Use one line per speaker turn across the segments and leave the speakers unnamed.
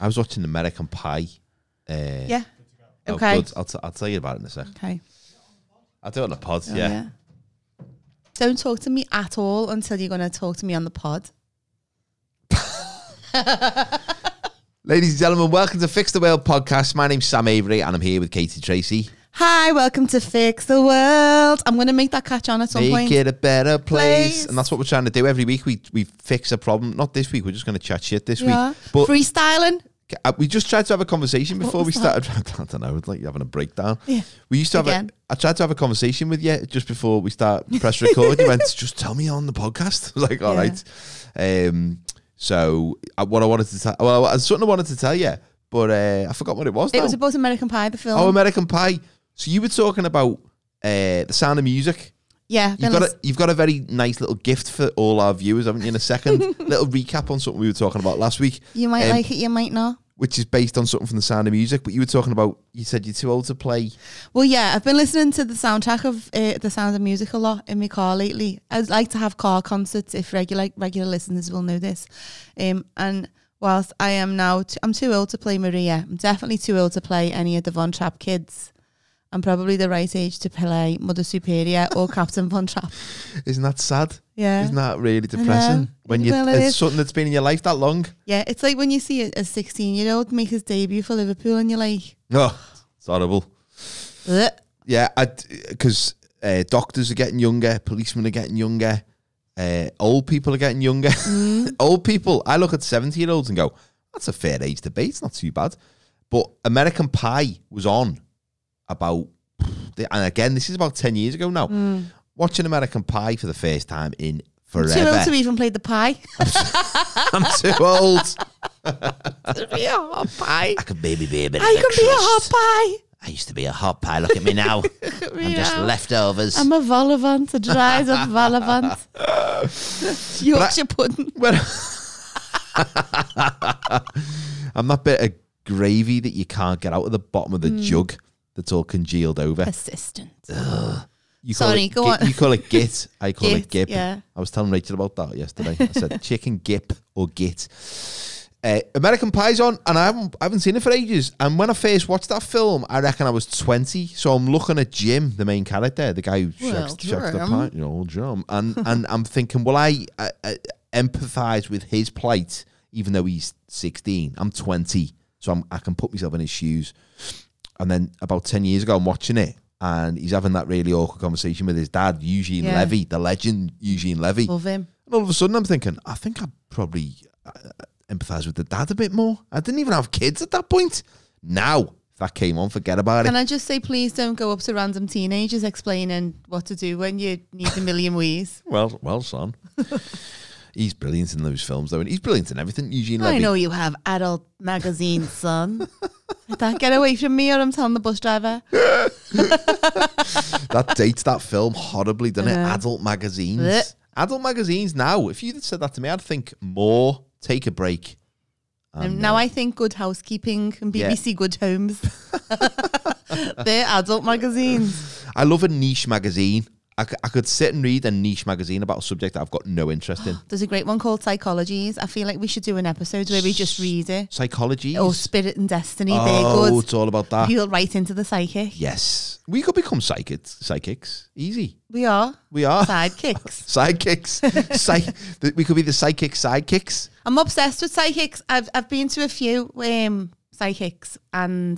I was watching American Pie. Uh,
Yeah.
oh,
Okay.
good. I'll, t- I'll tell you about it in a sec.
Okay.
I'll do it on the pod.
Oh,
yeah.
Don't talk to me at all until you're going to talk to me on the pod.
Ladies and gentlemen, welcome to Fix the World podcast. My name's Sam Avery, and I'm here with Katie Tracy.
Hi, welcome to Fix the World. I'm going to make that catch on at some
Make
point.
it a better place.
Place.
and that's what we're trying to do every week. We we fix a problem. Not this week. We're just going to chat shit this
Yeah.
week. But
Freestyling.
Uh, we just tried to have a conversation before we
was that?
started. I don't know, it's like you're having a breakdown.
Yeah.
We used to have. A,
Again.
I tried to have a conversation with you just before we start press record. you went, just tell me on the podcast. I was like, all
Yeah.
right. Um, so uh, what I wanted to tell, well, I was something I wanted to tell you, but uh, I forgot what it was.
It
now.
was about American Pie, the film.
oh, American Pie. So you were talking about uh, the sound of music.
yeah.
You've
then
got
let's-
a, you've got a very nice little gift for all our viewers, haven't you? In a second, little recap on something we were talking about last week
you might
um,
like it, you might not.
which is based on something from the sound of music. But you were talking about, you said you're too old to play.
Well, yeah, I've been listening to the soundtrack of uh, the Sound of Music a lot in my car lately. I'd like to have car concerts if regular regular listeners will know this. Um, and whilst I am now, t- I'm too old to play Maria. I'm definitely too old to play any of the Von Trapp kids. I'm probably the right age to play Mother Superior or Captain Von Trapp.
Isn't that sad?
Yeah,
Isn't that really depressing? When you,
Well, it
it's
is.
something that's been in your life that long.
yeah. It's like when you see a 16 year old make his debut for Liverpool, and you're like,
No, it's horrible.
Ugh.
Yeah, because uh, doctors are getting younger, policemen are getting younger, uh, old people are getting younger.
Mm.
old people, I look at 70 year olds and go, that's a fair age to be. It's not too bad. But American Pie was on about, and again, this is about 10 years ago now. Watching American Pie for the first time in forever.
Mm. too old to even play the pie.
I'm too old.
To be a hot pie.
I could maybe be a bit.
I
of a
can be a hot
crust.
pie.
I used to be a hot pie. Look at me now. I'm just
Yeah.
leftovers.
I'm a volivant, a dried up volivant. Yorkshire pudding.
Well, I'm that bit of gravy that you can't get out of the bottom of the jug Mm. that's all congealed over.
Persistent.
You call
Sorry,
it
go
git-
on.
You call it git. I call it
Git,
gip.
yeah.
I was telling Rachel about that yesterday. I said chicken gip or git. Uh, American Pie's on, and I haven't, I haven't seen it for ages. And when I first watched that film, I reckon I was 20. So I'm looking at Jim, the main character, the guy who
Well,
checks, checks the
Jim.
pie, you know, Jim. And, and I'm thinking, well, I, I, I empathize with his plight, even though he's 16. I'm 20. So I'm, I can put myself in his shoes. And then about 10 years ago, I'm watching it. And he's having that really awkward conversation with his dad, Eugene
Yeah.
Levy, the legend Eugene Levy.
Love him.
And all of a sudden, I'm thinking, I think I probably uh, empathise with the dad a bit more. I didn't even have kids at that point. Now, if that came on, forget about
Can
it.
I just say, please don't go up to random teenagers explaining what to do when you need a million ways.
well, well, son. he's brilliant in those films, though, and he's brilliant in everything. Eugene Levy.
I know you have adult magazine, son. Did that get away from me or I'm telling the bus driver?
That dates that film horribly, doesn't it?
I know.
Adult magazines.
Blech.
Adult magazines now. If you'd said that to me, I'd think more, take a break.
And Um, now I think Good Housekeeping and
Yeah.
BBC Good Homes. They're adult magazines.
I love a niche magazine. I, c- I could sit and read a niche magazine about a subject that I've got no interest in.
There's a great one called Psychologies. I feel like we should do an episode where we just read it.
Psychology.
Oh, Spirit and Destiny.
Oh,
They're good.
it's all about that.
You're right into the psychic.
Yes. We could become psychics. Psychics. Easy.
We are
We are.
sidekicks.
Sidekicks. Psych- th- we could be the psychic sidekicks.
I'm obsessed with psychics. I've I've been to a few um psychics and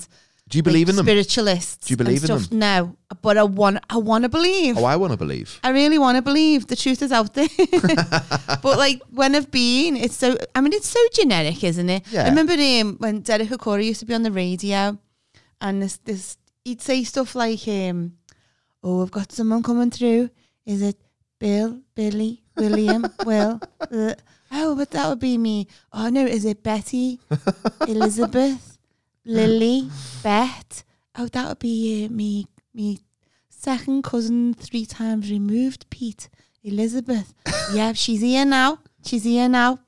Do you believe in them?
spiritualists.
Do you believe
and
in
stuff. No, but I want I want to believe.
Oh, I want to believe.
I really want to believe the truth is out there. but like when I've been, it's so. I mean, it's so generic, isn't it?
Yeah.
I remember um, when Derek Okora used to be on the radio, and this this he'd say stuff like, um, "Oh, I've got someone coming through. Is it Bill, Billy, William, Will? Uh, oh, but that would be me. Oh no, is it Betty, Elizabeth, Lily, Bet? Oh, that would be uh, me, me second cousin three times removed, Pete. Elizabeth. yeah, she's here now. She's here now.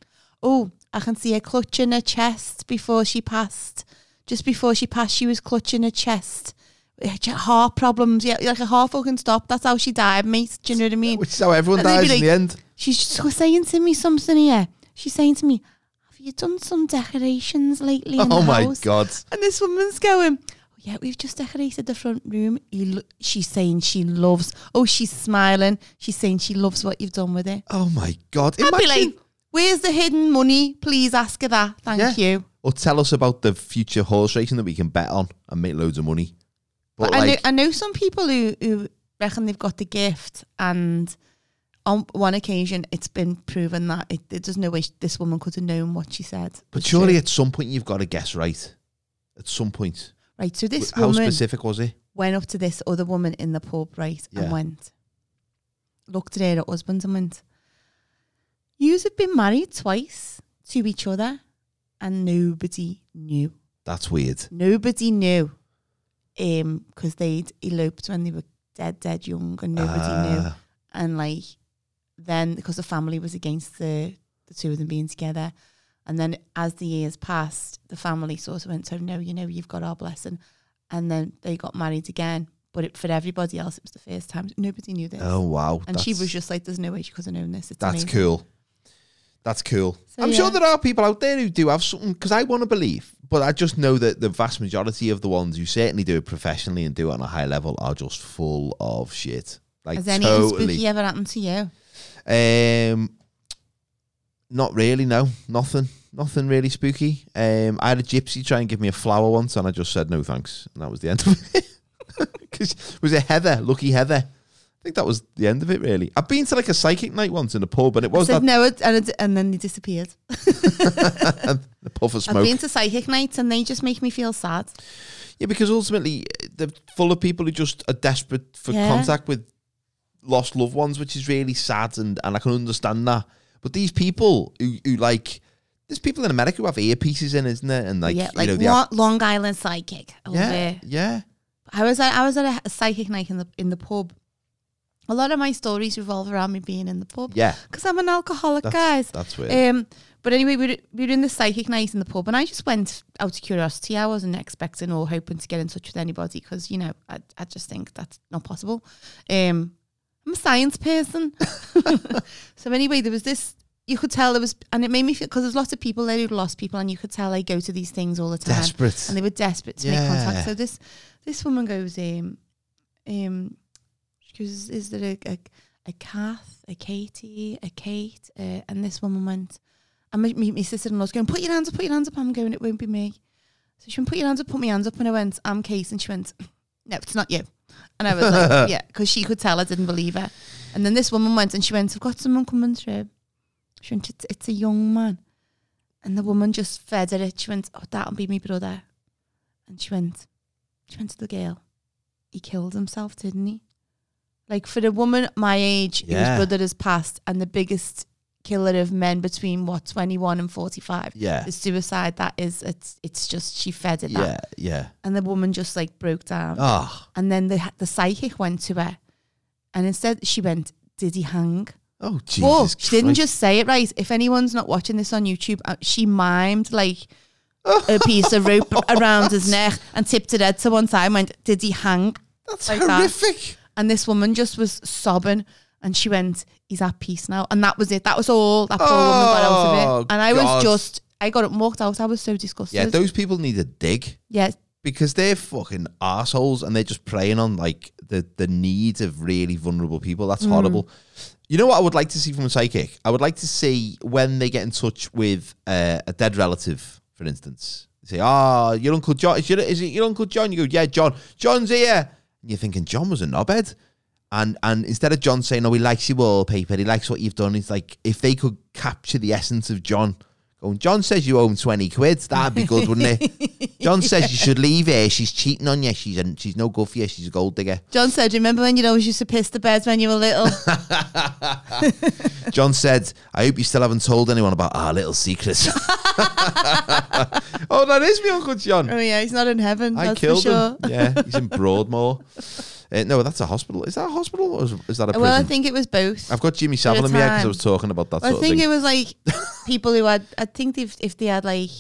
Oh, I can see her clutching her chest before she passed. Just before she passed, she was clutching her chest. Eh, ch- Heart problems. Yeah, like a heart fucking stop. That's how she died, mate. Do you know what I mean?
Which is how everyone
And they'd be
dies in
like-
the end.
She's just saying to me something here. She's saying to me, Have you done some decorations lately? In
Oh
the
my
house?
god.
And this woman's going, oh, yeah, we've just decorated the front room. You lo- she's saying she loves. Oh, she's smiling. She's saying she loves what you've done with it.
Oh my god.
I'd
Imagine.
be like, where's the hidden money? Please ask her that. Thank
Yeah.
you.
or tell us about the future horse racing that we can bet on and make loads of money. But,
But I know
like,
I know some people who who reckon they've got the gift, and on one occasion, it's been proven that it, it, there's no way sh- this woman could have known what she said.
but
was
surely
true.
at some point you've got to guess right. At some point.
right. So this
How
woman
specific was it?
went up to this other woman in the pub, right,
Yeah.
and went looked at her husband and went, "Yous have been married twice to each other, and nobody knew.
That's weird.
Nobody knew, um, because they'd eloped when they were dead, dead young, and nobody knew."
Ah,
and like then because the family was against the the two of them being together and then as the years passed the family sort of went so no you know you've got our blessing and then they got married again but it, for everybody else it was the first time nobody knew this
Oh wow.
and she
that's-
was just like there's no way she could have known this it's
That's
amazing.
cool. That's cool.
So,
I'm sure
yeah.
there are people out there who do have something because I want to believe, but I just know that the vast majority of the ones who certainly do it professionally and do it on a high level are just full of shit. Like
has anything
totally.
spooky ever happened to you
Um, not really. No, nothing. Nothing really spooky. Um, I had a gypsy try and give me a flower once, and I just said no thanks, and that was the end of it. 'Cause it was a Heather, lucky Heather. I think that was the end of it. Really, I've been to like a psychic night once in a pub, and it
I
was
said
that
no and, it- and then they disappeared
the puff of
I've
smoke.
been to psychic nights and they just make me feel sad
Yeah, because ultimately uh, they're full of people who just are desperate for
Yeah.
contact with lost loved ones, which is really sad, and, and I can understand that. But these people who, who like, there's people in America who have earpieces in, isn't there? And like,
yeah like
you know, they
Lo-
have,
Long Island psychic Oh, over
yeah,
there.
yeah,
I was at, I was at a, a psychic night in the in the pub. A lot of my stories revolve around me being in the pub
yeah.
because I'm an alcoholic,
That's,
guys.
that's weird.
Um, but anyway, we were, we were in the psychic night in the pub, and I just went out of curiosity. I wasn't expecting or hoping to get in touch with anybody because you know I, I just think that's not possible. Um, I'm a science person, so anyway, there was this. You could tell there was, and it made me feel because there's lots of people there who'd lost people, and you could tell they go to these things all the time
desperate.
and they were desperate to make
Yeah.
contact. So this this woman goes, um, um, she goes, "Is there a a, a Kath, a Katie, a Kate?" Uh, and this woman went, and my, my, my sister-in-law's going, "Put your hands up, put your hands up." I'm going, "It won't be me." So she went, "Put your hands up, put my hands up," and I went, "I'm Kate," and she went, "No, it's not you." And I was like, "Yeah," because she could tell I didn't believe her. And then this woman went, and she went, "I've got someone coming through." She went, "It's, it's a young man." And the woman just fed her it. She went, Oh, that'll be my brother. And she went, She went to the girl. He killed himself, didn't he? Like for a woman my age
Yeah.
whose brother has passed and the biggest killer of men between what, twenty one and forty five.
yeah,
The suicide that is it's it's just she fed it that.
yeah, yeah.
And the woman just like broke down.
Ah,
And then the the psychic went to her and instead she went, Did he hang?
oh, Jesus.
Well, she didn't
Christ.
just say it right. If anyone's not watching this on YouTube, uh, she mimed like a piece of rope around his neck and tipped it out to one side and went, Did he hang?
That's
like that.
horrific.
And this woman just was sobbing and she went, He's at peace now. And that was it. That was all that poor woman got out
Oh,
of it. And I
God.
was just, I got up and walked out. I was so disgusted.
Yeah, those people need a dig.
yeah.
because they're fucking assholes and they're just preying on like the the needs of really vulnerable people. That's horrible. You know what I would like to see from a psychic? I would like to see when they get in touch with uh, a dead relative, for instance. They say, "Ah, your uncle John is, your, is it your uncle John?" You go, "Yeah, John. John's here." And you're thinking John was a knobhead, and and instead of John saying, "Oh, he likes your wallpaper, he likes what you've done," it's like if they could capture the essence of John. Going, John says you owe him twenty quid. That'd be good, wouldn't it? John says you should leave her. She's cheating on you. She's a, she's no good for you. She's a gold digger.
John said, Remember when you always used to piss the beds when you were little?
John said, I hope you still haven't told anyone about our little secrets. oh, that is me, Uncle John.
oh, yeah, he's not in heaven.
I
that's
killed
for sure.
him. Yeah, he's in Broadmoor. Uh, no, that's a hospital. Is that a hospital or is, is that a prison?
Well, I think it was both.
I've got Jimmy Savile in my head because I
time.
was talking about that
I
sort of
think
thing.
it was like people who had. I think if if they had like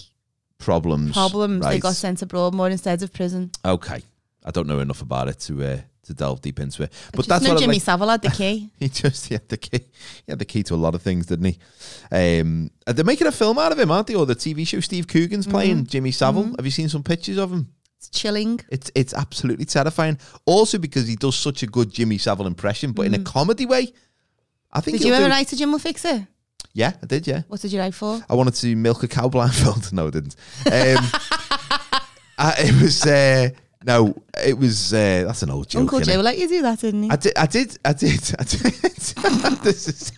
problems.
problems, they
Right.
got sent to Broadmoor instead of prison.
Okay. I don't know enough about it to uh, to delve deep into it. But
Just
that's
no
what I'd
Jimmy
like-
Savile had the key.
he just he had the key. He had the key to a lot of things, didn't he? Um, and they're making a film out of him, aren't they? Or the TV show Steve Coogan's
Mm-hmm.
playing Jimmy Savile. Have you seen some pictures of him?
It's chilling.
It's it's absolutely terrifying. Also because he does such a good Jimmy Savile impression, but in a comedy way. I think
Mm-hmm. Did you
he'll
ever
do-
write to Jim will fix it?
Yeah, I did. Yeah,
What did you write for?
I wanted to milk a cow blindfold. No, I didn't. Um, I, it was uh, no, it was uh, that's an old joke.
Uncle
innit?
Joe let you do that, didn't he?
I did. I did. I did. I did. this is.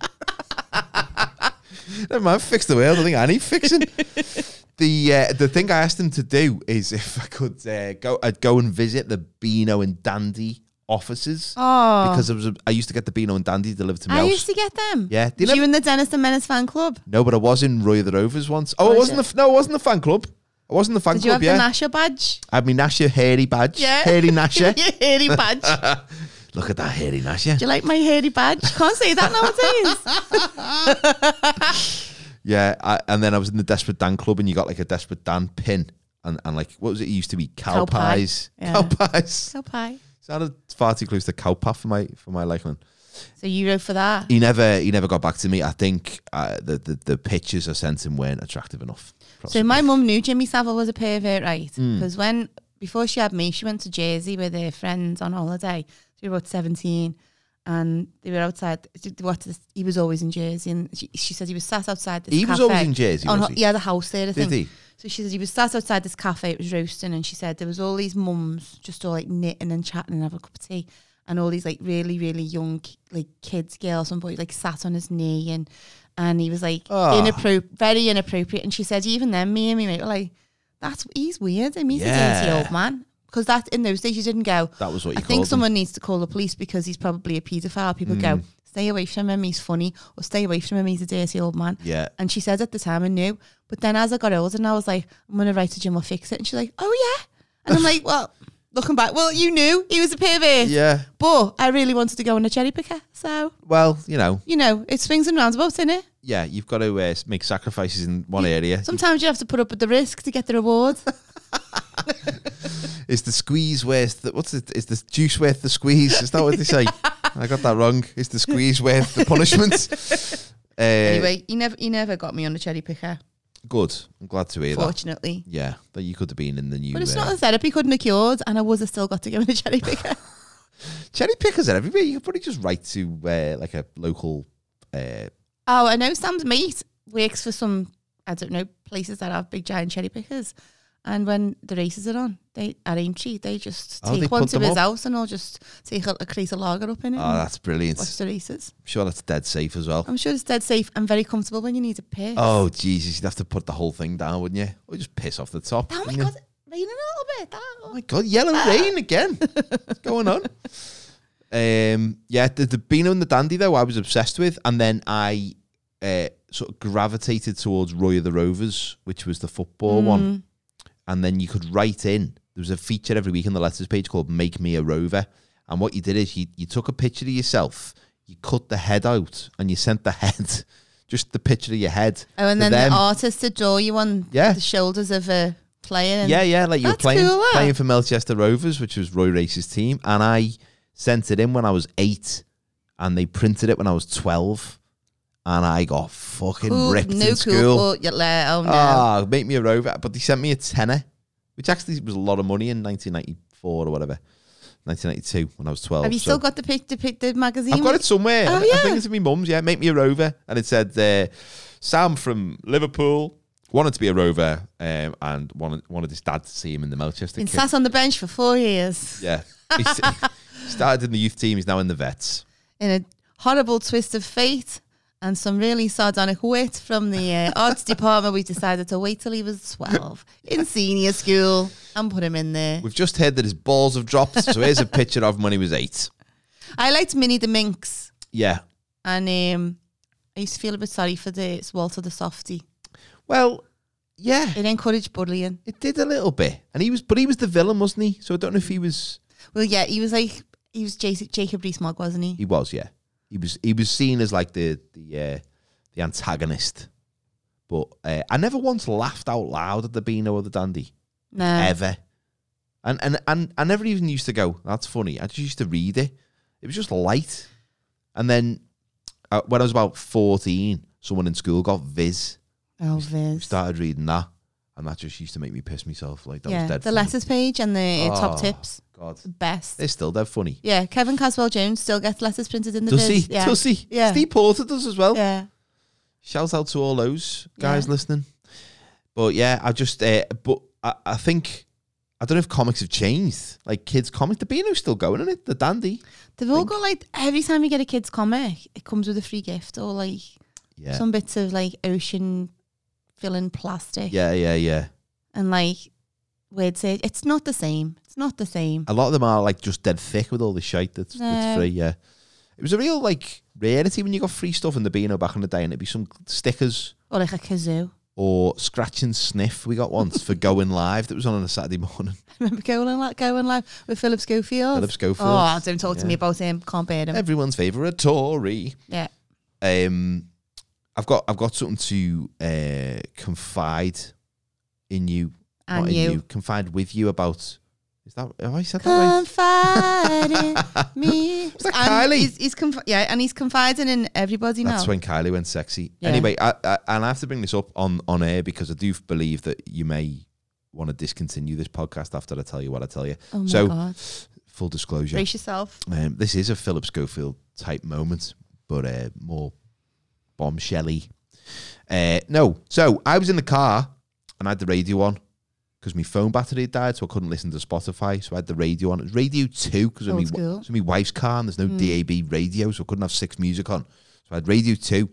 Never mind. Fix the world. I think I need fixing. the uh, the thing I asked him to do is if I could uh, go, I'd go and visit the Beano and Dandy offices
oh,
because I was I used to get the Beano and Dandy delivered to me.
I
house.
used to get them.
yeah, do
You,
you know-
and the Dennis the Menace fan club.
no, but I was in Roy of the Rovers once. Oh,
Was
I wasn't
it?
the f- no, I wasn't the fan club. I wasn't the fan
Did you
club. yeah,
have the Nasher badge?
I had my Nasher hairy badge.
Yeah.
hairy Nasher.
Your hairy badge. Do
Look at that hairy Nasher.
you like my hairy badge? Can't say that nowadays.
Yeah, I, and then I was in the Desperate Dan club, and you got like a Desperate Dan pin, and, and like what was it? it used to be cow,
Cow pie.
pies,
Yeah.
cow pies.
so pie.
Sounded far too close to cow pie for my for my liking.
So you wrote for that.
He never he never got back to me. I think uh, the, the the pictures I sent him weren't attractive enough.
So my mum knew Jimmy Savile was a pervert, right?
Mm.
Because when before she had me, she went to Jersey with her friends on holiday. She was about seventeen, and they were outside. she- What this- he was always in Jersey, and she, she said he was sat outside. This
He was
cafe
always in Jersey,
On,
was
ho-
he?
Yeah, the house there. I
Did
think.
he?
So she said he was sat outside this cafe. It was roasting, and she said there was all these mums just all like knitting and chatting and having a cup of tea, and all these like really really young ki- like kids, girls and boys like sat on his knee and and he was like
Ah.
inappropri very inappropriate. And she said even then, me and my mate were like, "That's he's weird. I mean, he's a
Yeah.
dirty old man." Because that in those days you didn't go.
That was what you
I think
called
someone needs to call the police because he's probably a paedophile. People
Mm.
go, "Stay away from him. He's funny," or "Stay away from him. He's a dirty old man."
Yeah,
And she said at the time I knew. But then as I got older and I was like, I'm gonna write to Jim, I'll fix it. And she's like, Oh yeah. And I'm like, Well, looking back, well, you knew he was a pervert.
yeah.
But I really wanted to go on a cherry picker. So,
Well, you know,
you know, it swings and roundabouts, innit?
yeah, you've got to uh, make sacrifices in one area.
Sometimes you have to put up with the risk to get the reward.
Is the squeeze worth the, what's it? Is the juice worth the squeeze? Is that what they say? I got that wrong. Is the squeeze worth the punishment? Uh,
anyway, he never he never got me on a cherry picker,
Good. I'm glad to hear that.
fortunately.
Yeah, that you could have been in the new.
But it's
uh,
not a therapy couldn't have cured, and I was I still got to go on a cherry picker.
cherry pickers are everywhere. You could probably just write to uh, like a local. Uh,
Oh, I know Sam's mate works for some, I don't know, places that have big giant cherry pickers. And when the races are on, they at Aintree, they just
Oh,
take
they
one
put
to
them
his
up?
house and I'll just take a, a crate of lager up in it.
oh,
and
that's brilliant.
watch the races.
I'm sure that's dead safe as well.
I'm sure it's dead safe and very comfortable when you need a piss.
Oh Jesus, you'd have to put the whole thing down, wouldn't you? Or just piss off the top.
oh my
wouldn't you?
god, raining a little bit.
Oh
That,
my god, yellow rain again. What's going on? Um, yeah, the, the Beano and the Dandy though, I was obsessed with, and then I uh, sort of gravitated towards Roy of the Rovers, which was the football one. And then you could write in. There was a feature every week on the letters page called "Make Me a Rover," and what you did is you you took a picture of yourself, you cut the head out, and you sent the head, just the picture of your head.
oh,
to
and then
them.
the artist to draw you on
Yeah.
the shoulders of a player. And
Yeah, yeah, like you were
That's
playing
cool, eh?
playing for Melchester Rovers, which was Roy Race's team, and I sent it in when I was eight, and they printed it when I was twelve, and I got fucking
cool,
ripped
no
in school.
cool. Oh, yeah, like, oh no.
Ah, make me a rover, but they sent me a tenner, which actually was a lot of money in 1994 or whatever, 1992 when I was twelve.
have you
oh, so-
still got the pic, the, pic, the magazine?
I've got it somewhere.
Oh,
I- I
yeah.
think it's in my mum's. Yeah, make me a rover, and it said uh, Sam from Liverpool wanted to be a rover, um, and wanted wanted his dad to see him in the Melchester.
Been
kit.
sat on the bench for four years.
Yeah. He s- started in the youth team, he's now in the vets.
in a horrible twist of fate and some really sardonic wit from the uh, arts department, we decided to wait till he was 12 in senior school and put him in there.
We've just heard that his balls have dropped, so here's a picture of him when he was eight.
I liked Minnie the Minx,
Yeah.
and um, I used to feel a bit sorry for the it's Walter the Softie.
Well, yeah,
It encouraged bullying.
it did a little bit. And he was but he was the villain, wasn't he? So I don't know if he was
Well, yeah, he was like, he was Jason, Jacob Rees Mogg, wasn't he?
he was, yeah. He was he was seen as like the the uh, the antagonist. But uh, I never once laughed out loud at the Beano or the Dandy.
No.
ever. And and and I never even used to go. That's funny. I just used to read it. It was just light. And then uh, when I was about fourteen, someone in school got Viz.
Oh, Viz.
Started reading that, and that just used to make me piss myself. Like that
yeah,
was dead.
the
funny.
letters page and the uh, top
Oh,
tips.
God,
The best.
it's still dead funny.
yeah, Kevin Caswell Jones still gets letters printed in the
Does he?
Viz. Yeah.
Does he?
Yeah.
Steve Porter does as well.
yeah.
Shout out to all those guys
Yeah.
listening. But yeah, I just uh, but I, I think I don't know if comics have changed. Like kids comics, the Beano's still going in it. The Dandy.
They've all got like every time you get a kid's comic, it comes with a free gift or like
Yeah.
some bits of like ocean filling plastic
yeah, yeah, yeah.
and like weird say it's not the same. It's not the same.
A lot of them are like just dead thick with all the shite that's, that's
No.
free. Yeah. It was a real like rarity when you got free stuff in the Beano back in the day, and it'd be some stickers
Or like a kazoo.
or scratch and sniff we got once for going live that was on on a Saturday morning.
I remember going like going live with Philip Schofield.
Philip Schofield.
Oh, don't talk to me
Yeah.
about him. Can't bear him.
Everyone's favourite Tory.
yeah.
um, I've got I've got something to uh, confide in you,
And
not in
you.
confide with you about. Is that have I said
Um,
that right?
Confide in me.
Was that
and
Kylie?
He's, he's conf- yeah, and he's confiding in everybody
That's
now.
when Kylie went sexy.
Yeah.
Anyway, I, I, and I have to bring this up on on air because I do believe that you may want to discontinue this podcast after I tell you what I tell you.
oh my
so-
god.
Full disclosure,
Brace yourself.
um, this is a Philip Schofield type moment, but uh, more bombshelly. Uh, no, so I was in the car and I had the radio on because my phone battery had died, so I couldn't listen to Spotify. So I had the radio on. It was Radio Two because
Old
it's
school. Hmm.
my wife's car and there's no DAB radio, so I couldn't have six music on. So I had Radio Two.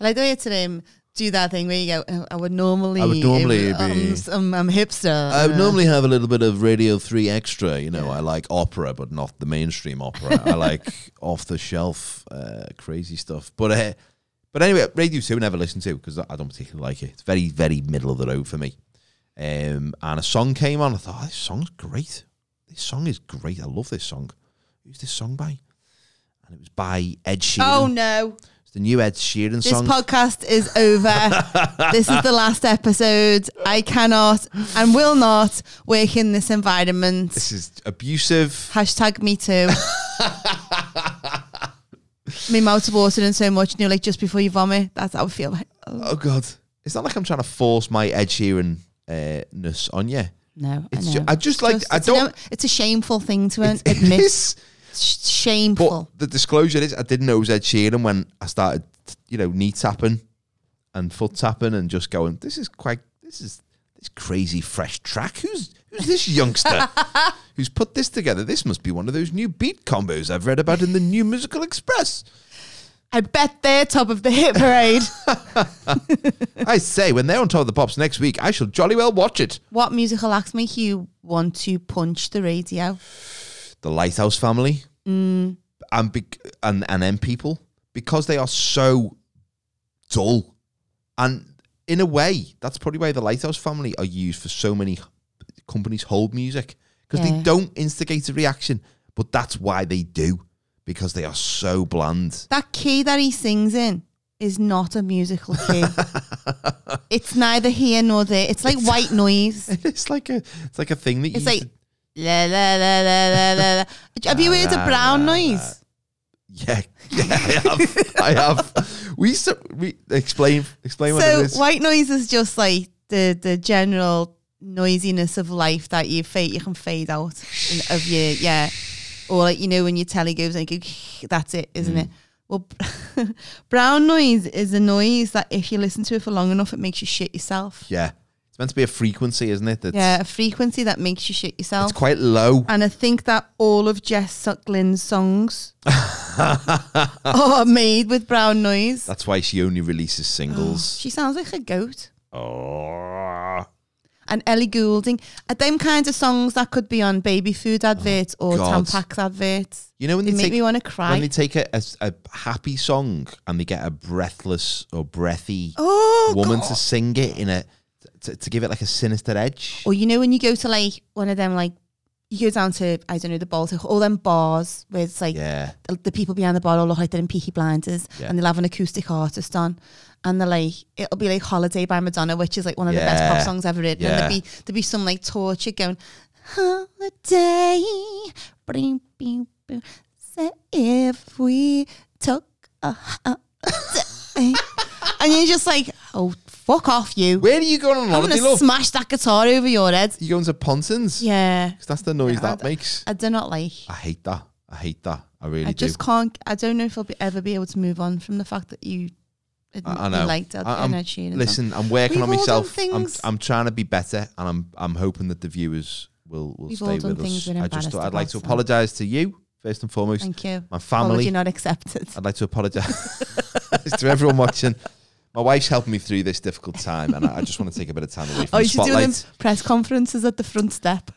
I like the way to um, do that thing where you go, "Oh, I would normally.
I would normally
um,
be-
um, I'm hipster.
I would
Uh,
normally have a little bit of Radio 3 extra. You know, I like opera, but not the mainstream opera. I like off the shelf uh, crazy stuff. But uh, but anyway, Radio 2 I never listen to because I don't particularly like it. It's very, very middle of the road for me. Um, and a song came on. I thought, oh, this song's great. This song is great. I love this song. Who's this song by? And it was by Ed Sheeran.
Oh no!
It's the new Ed Sheeran
This
song.
podcast is over. this is the last episode. I cannot and will not work in this environment.
this is abusive.
Hashtag me too. My mouth's watering so much, and you're like, just before you vomit, that's how I feel like. Oh,
Oh god, it's not like I'm trying to force my Ed Sheeran uh, ness on you.
no,
It's
I
ju-
know.
I just like- I
it's an-
don't-
it's a shameful thing to
It- it
admit.
is,
It's
but
shameful.
the disclosure is, I didn't know it was Ed Sheeran when I started, you know, knee tapping and foot tapping and just going. This is quite. This is this crazy fresh track. Who's who's this youngster who's put this together? This must be one of those new beat combos I've read about in the New Musical Express.
I bet they're top of the hit parade.
I say, when they're on top of the pops next week, I shall jolly well watch it.
What musical acts make you want to punch the radio?
the Lighthouse family,
Mm.
and bec and and M people because they are so dull, and in a way, that's probably why the Lighthouse family are used for so many companies' hold music because they
Yeah.
don't instigate a reaction, but that's why they do because they are so bland.
That key that he sings in is not a musical key. it's neither here nor there. It's like white noise.
It's like a it's like a thing that you
It's
used
like
to-
la la la la la la. la. Have you heard a brown noise?
yeah yeah I have, I have. we so, we explain explain what it
So
is.
white noise is just like the the general noisiness of life that you fade you can fade out in- of your yeah. Or like you know when your telly goes and you go, that's it, isn't
Mm.
it? Well, brown noise is a noise that if you listen to it for long enough, it makes you shit yourself.
yeah, it's meant to be a frequency, isn't it? That's,
Yeah, a frequency that makes you shit yourself.
It's quite low.
and I think that all of Jess Sucklin's songs are made with brown noise.
That's why she only releases singles.
She sounds like a goat.
oh,
and Ellie Goulding. Are them kinds of songs that could be on baby food adverts or
Oh God.
Tampax adverts?
you know when
They
they,
make
take
me want to
when they
cry.
take a, a, a happy song and they get a breathless or breathy
Oh,
woman
God.
to sing it in a to, to give it like a sinister edge.
Or you know when you go to like one of them like you go down to I don't know the Baltic, all them bars where it's like
Yeah,
the, the people behind the bar all look like they're in Peaky Blinders
Yeah.
and they'll have an acoustic artist on. And they're like, it'll be like Holiday by Madonna, which is like one of the best
Yeah.
pop songs ever written. And
Yeah.
there'd be, there'd be some like torture going, holiday. Bring, bing, bing. Say if we took a holiday. and you're just like, oh, fuck off, you.
Where are you going on
I'm going
holiday,
to
love?
smash that guitar over your head.
you going to Pontins?
Yeah.
'Cause that's the noise
Yeah, I
that
d-
makes.
I do not like.
I hate that. I hate that. I really
I
do.
just can't. I don't know if I'll be, ever be able to move on from the fact that you, ad-
I- I
you
know.
liked that
I- I'm-
energy. and stuff.
Listen, I'm working
We've
on
all done
myself. I'm,
things-
I'm trying to be better, and I'm I'm hoping that the viewers will will
We've all
stay
done
with
things
us.
we're
I just
embarrassed
thought I'd like to
about, so-
apologise to you first and foremost,
thank you.
my
Apology
family.
not accepted.
I'd like to apologise to everyone watching. My wife's helping me through this difficult time, and I, I just want to take a bit of time away from
Oh,
the
you should do them
spotlight.
press conferences at the front step.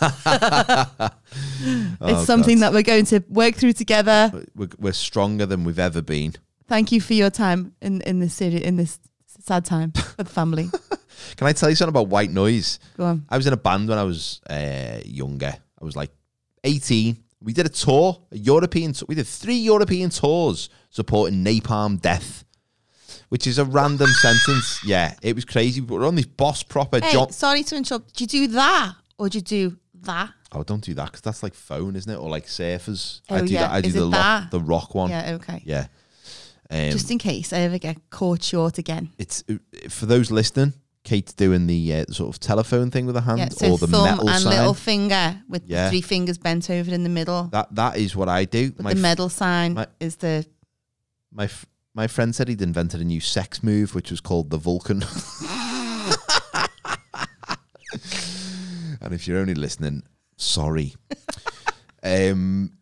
Oh,
it's something that we're going to work through together.
God. we're, we're stronger than we've ever been.
Thank you for your time in in this series, in this sad time for the family.
Can I tell you something about white noise?
Go on.
I was in a band when I was uh, younger. I was like 18. We did a tour, a European tour. We did three European tours supporting Napalm Death, which is a random sentence. Yeah, it was crazy. We were on this boss proper
Hey,
John.
sorry to interrupt. Do you do that or do you do that?
Oh, don't do that because that's like phone, isn't it? Or like surfers. I
Oh,
do
yeah.
that. I do
Is it
the rock,
that?
the rock one. Yeah.
Yeah. Okay.
Um,
Just in case I ever get caught short again.
it's uh, for those listening. Kate's doing the uh, sort of telephone thing with her hand
Yeah, so
or the
thumb
metal
and
sign.
little finger with the
Yeah.
three fingers bent over in the middle.
That that is what I do.
but
My
the medal sign
my-
is the
My f- my friend said he'd invented a new sex move, which was called the Vulcan. and if you're only listening, sorry. um.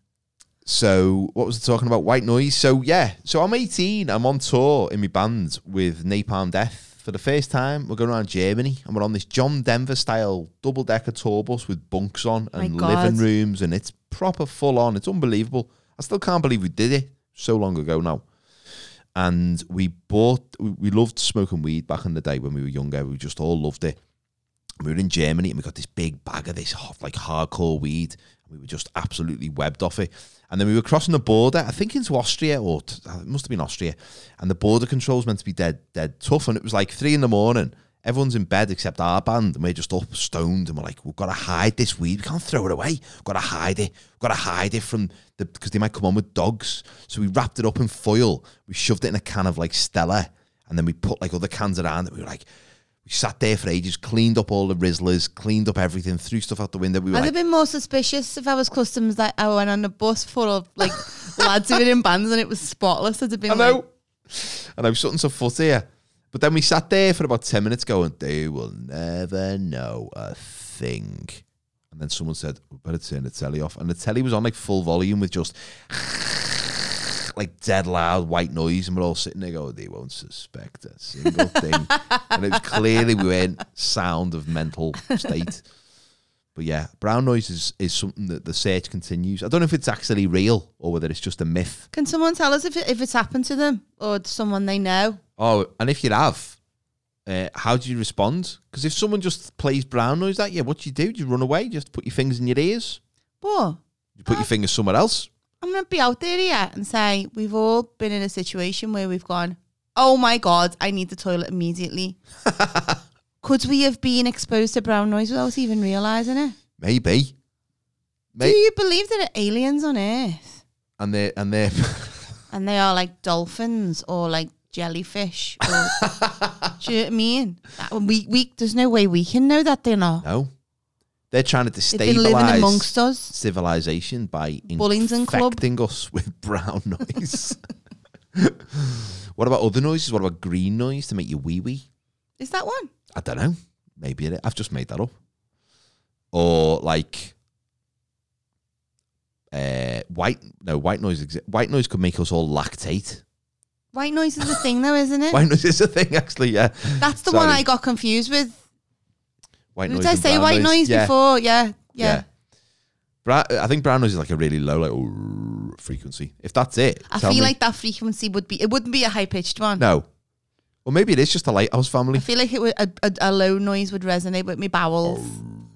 So what was I talking about? White noise. So yeah. So I'm 18. I'm on tour in my band with Napalm Death for the first time. We're going around Germany, and we're on this John Denver style double decker tour bus with bunks on
My
and
God.
living rooms, and it's proper full on. It's unbelievable. I still can't believe we did it so long ago now and we bought we, we loved smoking weed back in the day when we were younger we just all loved it we were in germany and we got this big bag of this ho- like hardcore weed and we were just absolutely webbed off it and then we were crossing the border i think into austria or t- uh, it must have been austria and the border controls meant to be dead dead tough and it was like three in the morning Everyone's in bed except our band, and we're just up stoned, and we're like, "We've got to hide this weed. We can't throw it away. We've got to hide it. We've got to hide it from the because they might come on with dogs." So we wrapped it up in foil. We shoved it in a can of like Stella, and then we put like other cans around it. We were like, we sat there for ages, cleaned up all the Rizzlers, cleaned up everything, threw stuff out the window. We were
I'd
like,
have been more suspicious if I was customs that I went on a bus full of like lads who were in bands and it was spotless. I'd have been
I
like,
know. And I was something's afoot here. But then we sat there for about 10 minutes going, they will never know a thing. And then someone said, we better turn the telly off. And the telly was on like full volume with just like dead loud white noise. And we're all sitting there going, they won't suspect a single thing. and it was clearly we were in sound of mental state. But yeah, brown noise is, is something that the search continues. I don't know if it's actually real or whether it's just a myth.
Can someone tell us if it, if it's happened to them or to someone they know?
Oh, and if you have, uh, how do you respond? Because if someone just plays brown noise at you, what do you do? Do you run away? Do you Just put your fingers in your ears?
But
Do You put your
Uh.
fingers somewhere else?
I'm gonna be out there here and say we've all been in a situation where we've gone, oh my god, I need the toilet immediately. Could we have been exposed to brown noise without even realizing it?
Maybe.
Do
Maybe.
you believe there are aliens on Earth
And they and they
and they are like dolphins or like jellyfish? Or, do you know what I mean? That, we we there's no way we can know that they're not.
no, they're trying to
They've been living
destabilize
amongst us.
civilization by
Bullingdon Club.
infecting us with brown noise. what about other noises? What about green noise to make you wee wee?
Is that one?
I don't know. Maybe it, I've just made that up. Or like, uh, white no white noise. Exi- white noise could make us all lactate.
White noise is a thing though, isn't it?
White noise is a thing, actually. Yeah,
That's the one
Sorry.
I got confused with.
white
Did I
and
say
brown
white noise
Yeah,
before? Yeah, yeah.
Bra- I think brown noise is like a really low like "Ooh," frequency. If that's it,
I
tell
feel
me.
like that frequency would be. It wouldn't be a high pitched one.
no. Well, maybe it is just a lighthouse
I
family.
feel like it would a, a, a low noise would resonate with me bowels.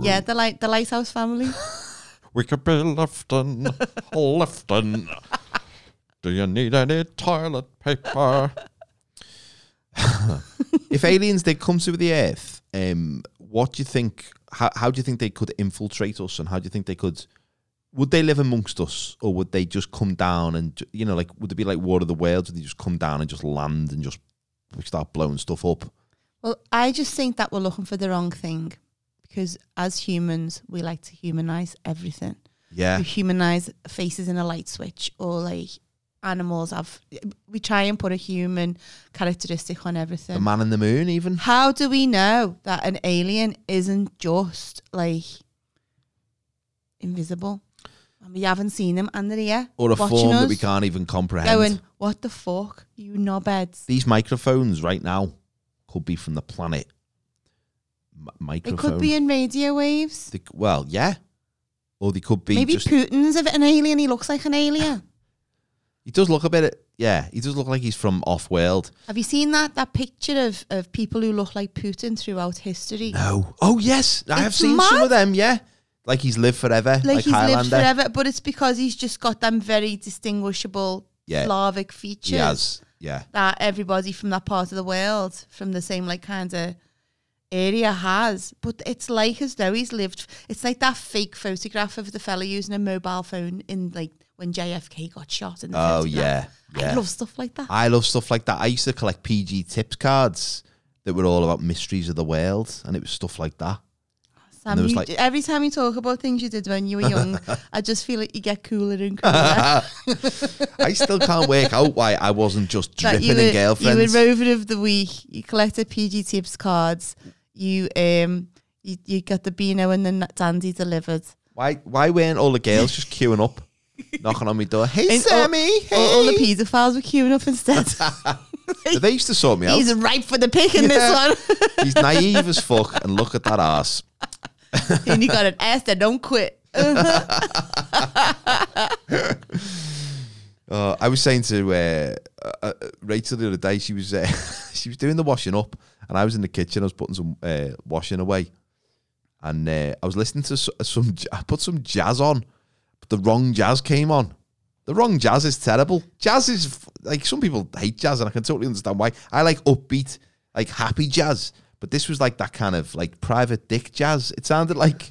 yeah, the light the lighthouse family.
We could be lifting, lifting. Do you need any toilet paper?
if aliens did come to the Earth, um, what do you think? How, how do you think they could infiltrate us, and how do you think they could? Would they live amongst us, or would they just come down and ju- you know, like, would it be like War of the Worlds? Would they just come down and just land and just start blowing stuff up?
Well, I just think that we're looking for the wrong thing because as humans, we like to humanize everything.
Yeah,
We humanize faces in a light switch or like animals have. We try and put a human characteristic on
the
everything.
Man in the Moon, even.
How do we know that an alien isn't just like invisible? And we haven't seen them and they're here.
or a
watching
form that
us,
we can't even comprehend.
Going, what the fuck, you knobheads?
These microphones right now could be from the planet. M-
It
microphone.
could be in radio waves.
They c- well, yeah. Or they could be
Maybe
just.
Putin's of an alien. He looks like an alien.
he does look a bit. Yeah, he does look like he's from off world.
Have you seen that that picture of, of people who look like Putin throughout history?
No. Oh yes, I have
It's
seen some
mad.
of them. Yeah, like he's lived forever, like,
Like, he's
Highlander.
lived forever, but it's because he's just got them very distinguishable
Yeah.
Slavic features
He has. Yeah,
that everybody from that part of the world, from the same like kind of area, has. But it's like as though he's lived. It's like that fake photograph of the fella using a mobile phone in like when JFK got shot. In the
Oh,
photograph.
yeah, yeah.
I love stuff like that.
I love stuff like that. I used to collect PG tips cards that were all about mysteries of the world, and it was stuff like that.
Sam,
And there was
you,
like-
every time you talk about things you did when you were young, I just feel like you get cooler and cooler.
I still can't work out why I wasn't just
That
dripping
you
in
were, you were
girlfriends.
rover of the week. You collected PG tips cards. You um, you, you got the Beano and the n- Dandy delivered.
why why weren't all the girls just queuing up, knocking on my door? Hey,
And all-
Sammy. hey.
All, all the paedophiles were queuing up instead.
they used to sort me out.
He's ripe for the pick in this one.
He's naive as fuck, and look at that ass.
and you got an ass that don't quit.
Uh, I was saying to uh, uh, uh, Rachel the other day, she was uh, she was doing the washing up, and I was in the kitchen. I was putting some uh, washing away, and uh, I was listening to s- some. j- I put some jazz on, but the wrong jazz came on. The wrong jazz is terrible. Jazz is f- like some people hate jazz, and I can totally understand why. I like upbeat, like happy jazz, but this was like that kind of like private dick jazz. It sounded like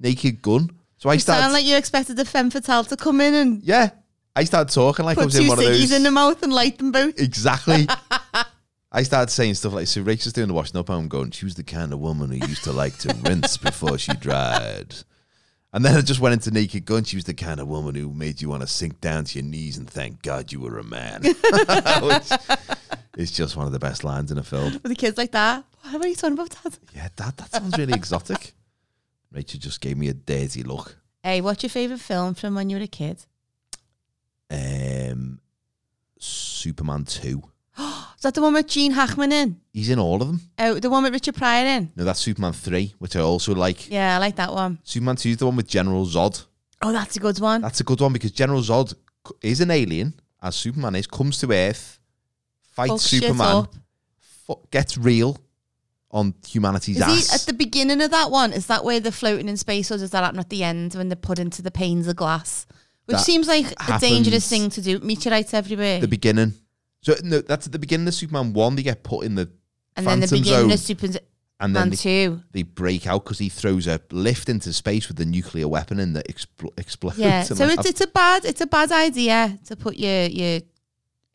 Naked Gun. So I
You
started,
sound like you expected the femme fatale to come in and
yeah, I started talking like I
put
was
two
in one of those.
ciggies in the mouth and light them both.
Exactly. I started saying stuff like, so Rachel's doing the washing up. I'm going, she was the kind of woman who used to like to rinse before she dried. And then I just went into Naked Gun. She was the kind of woman who made you want to sink down to your knees and thank God you were a man. Which is just one of the best lines in a film.
With the kids like that. What are you talking about, Dad?
Yeah, that, that sounds really exotic. Rachel just gave me a dirty look.
Hey, what's your favourite film from when you were a kid?
Um, Superman 2.
Is that the one with Gene Hackman in?
He's in all of them.
Oh, the one with Richard Pryor in?
No, that's Superman 3, which I also like.
Yeah, I like that one.
Superman 2 is the one with General Zod.
Oh, that's a good one.
That's a good one because General Zod c- is an alien, as Superman is, comes to Earth, fights
Fuck shit
Superman,
up.
fu- gets real on humanity's
Is
ass.
he at the beginning of that one? Is that where they're floating in space, or does that happen at the end when they're put into the panes of glass? Which
That
seems like a dangerous
happens-
thing to do. Meteorites everywhere.
The beginning. So no, that's at the beginning of Superman 1, they get put in the
and then the
Phantom
beginning
Zone.
of Superman
and then they,
2.
they break out because he throws a lift into space with a nuclear weapon and that expl- explodes.
Yeah.
And
so
I-
it's, it's a bad it's a bad idea to put your your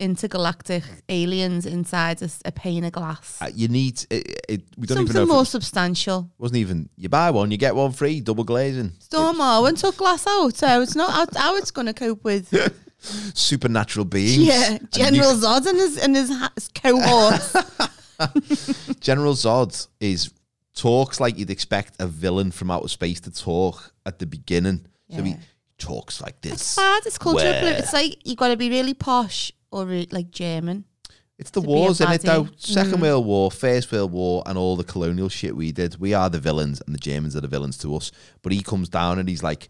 intergalactic aliens inside a, s- a pane of glass.
I- you need it, it, we don't even know
Something
if
more
it
substantial.
wasn't even you buy one you get one free double glazing
Storm Arwen took glass out, so it's not how, how it's going to cope with
supernatural beings
yeah
and
General Zod and his and his, ha- his cohorts.
General Zod is talks like you'd expect a villain from outer space to talk at the beginning. So he
Yeah.
talks like this.
it's bad. It's cultural.
Where?
obliv- It's like you got to be really posh or re- like German.
It's the
to be a
wars in it though.
baddie. Mm.
Second World War, First World War, and all the colonial shit we did. We are the villains, and the Germans are the villains to us. But he comes down and he's like,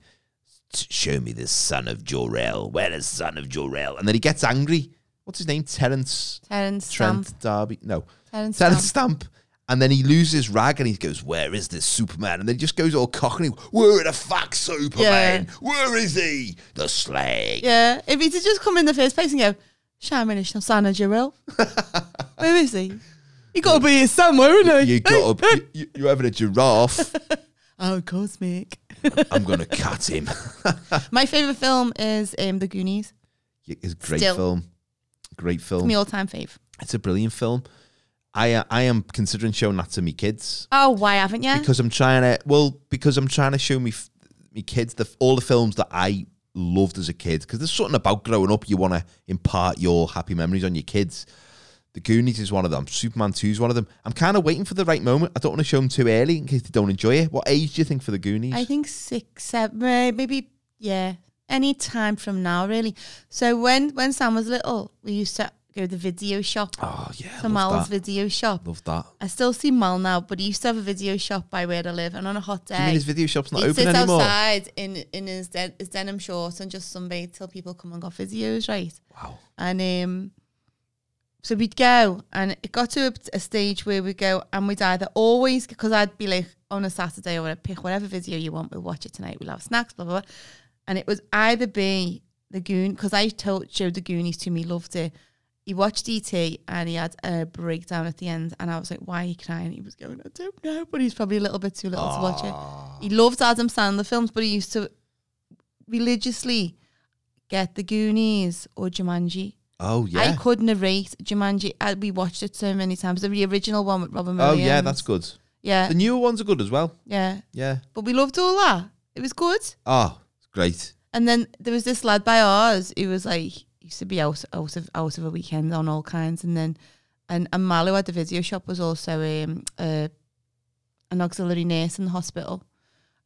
"Show me the son of Jor-El. Where is son of Jor-El?" And then he gets angry. What's his name? Terence
Terence
Trent
Stamp.
Darby? No,
Terence
Send a
Stamp.
stamp. And then he loses rag and he goes, Where is this Superman? And then he just goes all cockney, Where the fuck Superman? Where is he? The slag.
Yeah, if he did just come in the first place and go, Shamanish Sana Jarrell. Where is he? You gotta be here somewhere, innit?
You got up. You, you- you're having a giraffe.
Oh, cosmic.
I'm gonna cut him.
My favorite film is um, The Goonies.
It's a great
Still.
film. Great
It's
film.
my all-time fave.
It's a brilliant film. I uh, I am considering showing that to me kids
Oh, why haven't you?
because I'm trying to well because I'm trying to show me f- me kids the f- all the films that I loved as a kid because there's something about growing up you want to impart your happy memories on your kids. The Goonies is one of them. Superman 2 is one of them. I'm kind of waiting for the right moment. I don't want to show them too early in case they don't enjoy it. What age do you think for the Goonies?
I think six, seven, eh, maybe yeah, any time from now, really. So when when Sam was little, we used to go to the video shop,
oh yeah,
to
love
Mal's
that.
video shop.
Love that.
I still see Mal now, but he used to have a video shop by where I live, and on a hot
Do you mean
day.
his video shop's not
He'd
open
sit
anymore?
outside in in his, den- his denim shorts and just sunbathe till people come and got videos, right?
Wow.
and um, so we'd go, and it got to a, a stage where we'd go, and we'd either always because I'd be like on a Saturday or I'd pick whatever video you want, we'll watch it tonight, we'll have snacks, blah blah, blah. and it was either be the Goon because I told showed the Goonies to me, loved it. He watched ET and he had a breakdown at the end, and I was like, "Why are you crying?" He was going, "I don't know," but he's probably a little bit too little to watch it. He loved Adam Sandler films, but he used to religiously get the Goonies or Jumanji.
Oh yeah.
I could narrate Jumanji. I, we watched it so many times. The original one with Robin
oh
Williams.
yeah, that's good.
yeah,
The newer ones are good as well.
yeah.
Yeah.
But we loved all that. It was good.
Oh, great.
And then there was this lad by ours who was like used to be out out of out of a weekend on all kinds. And then and and Mal who had the video shop was also um uh, an auxiliary nurse in the hospital.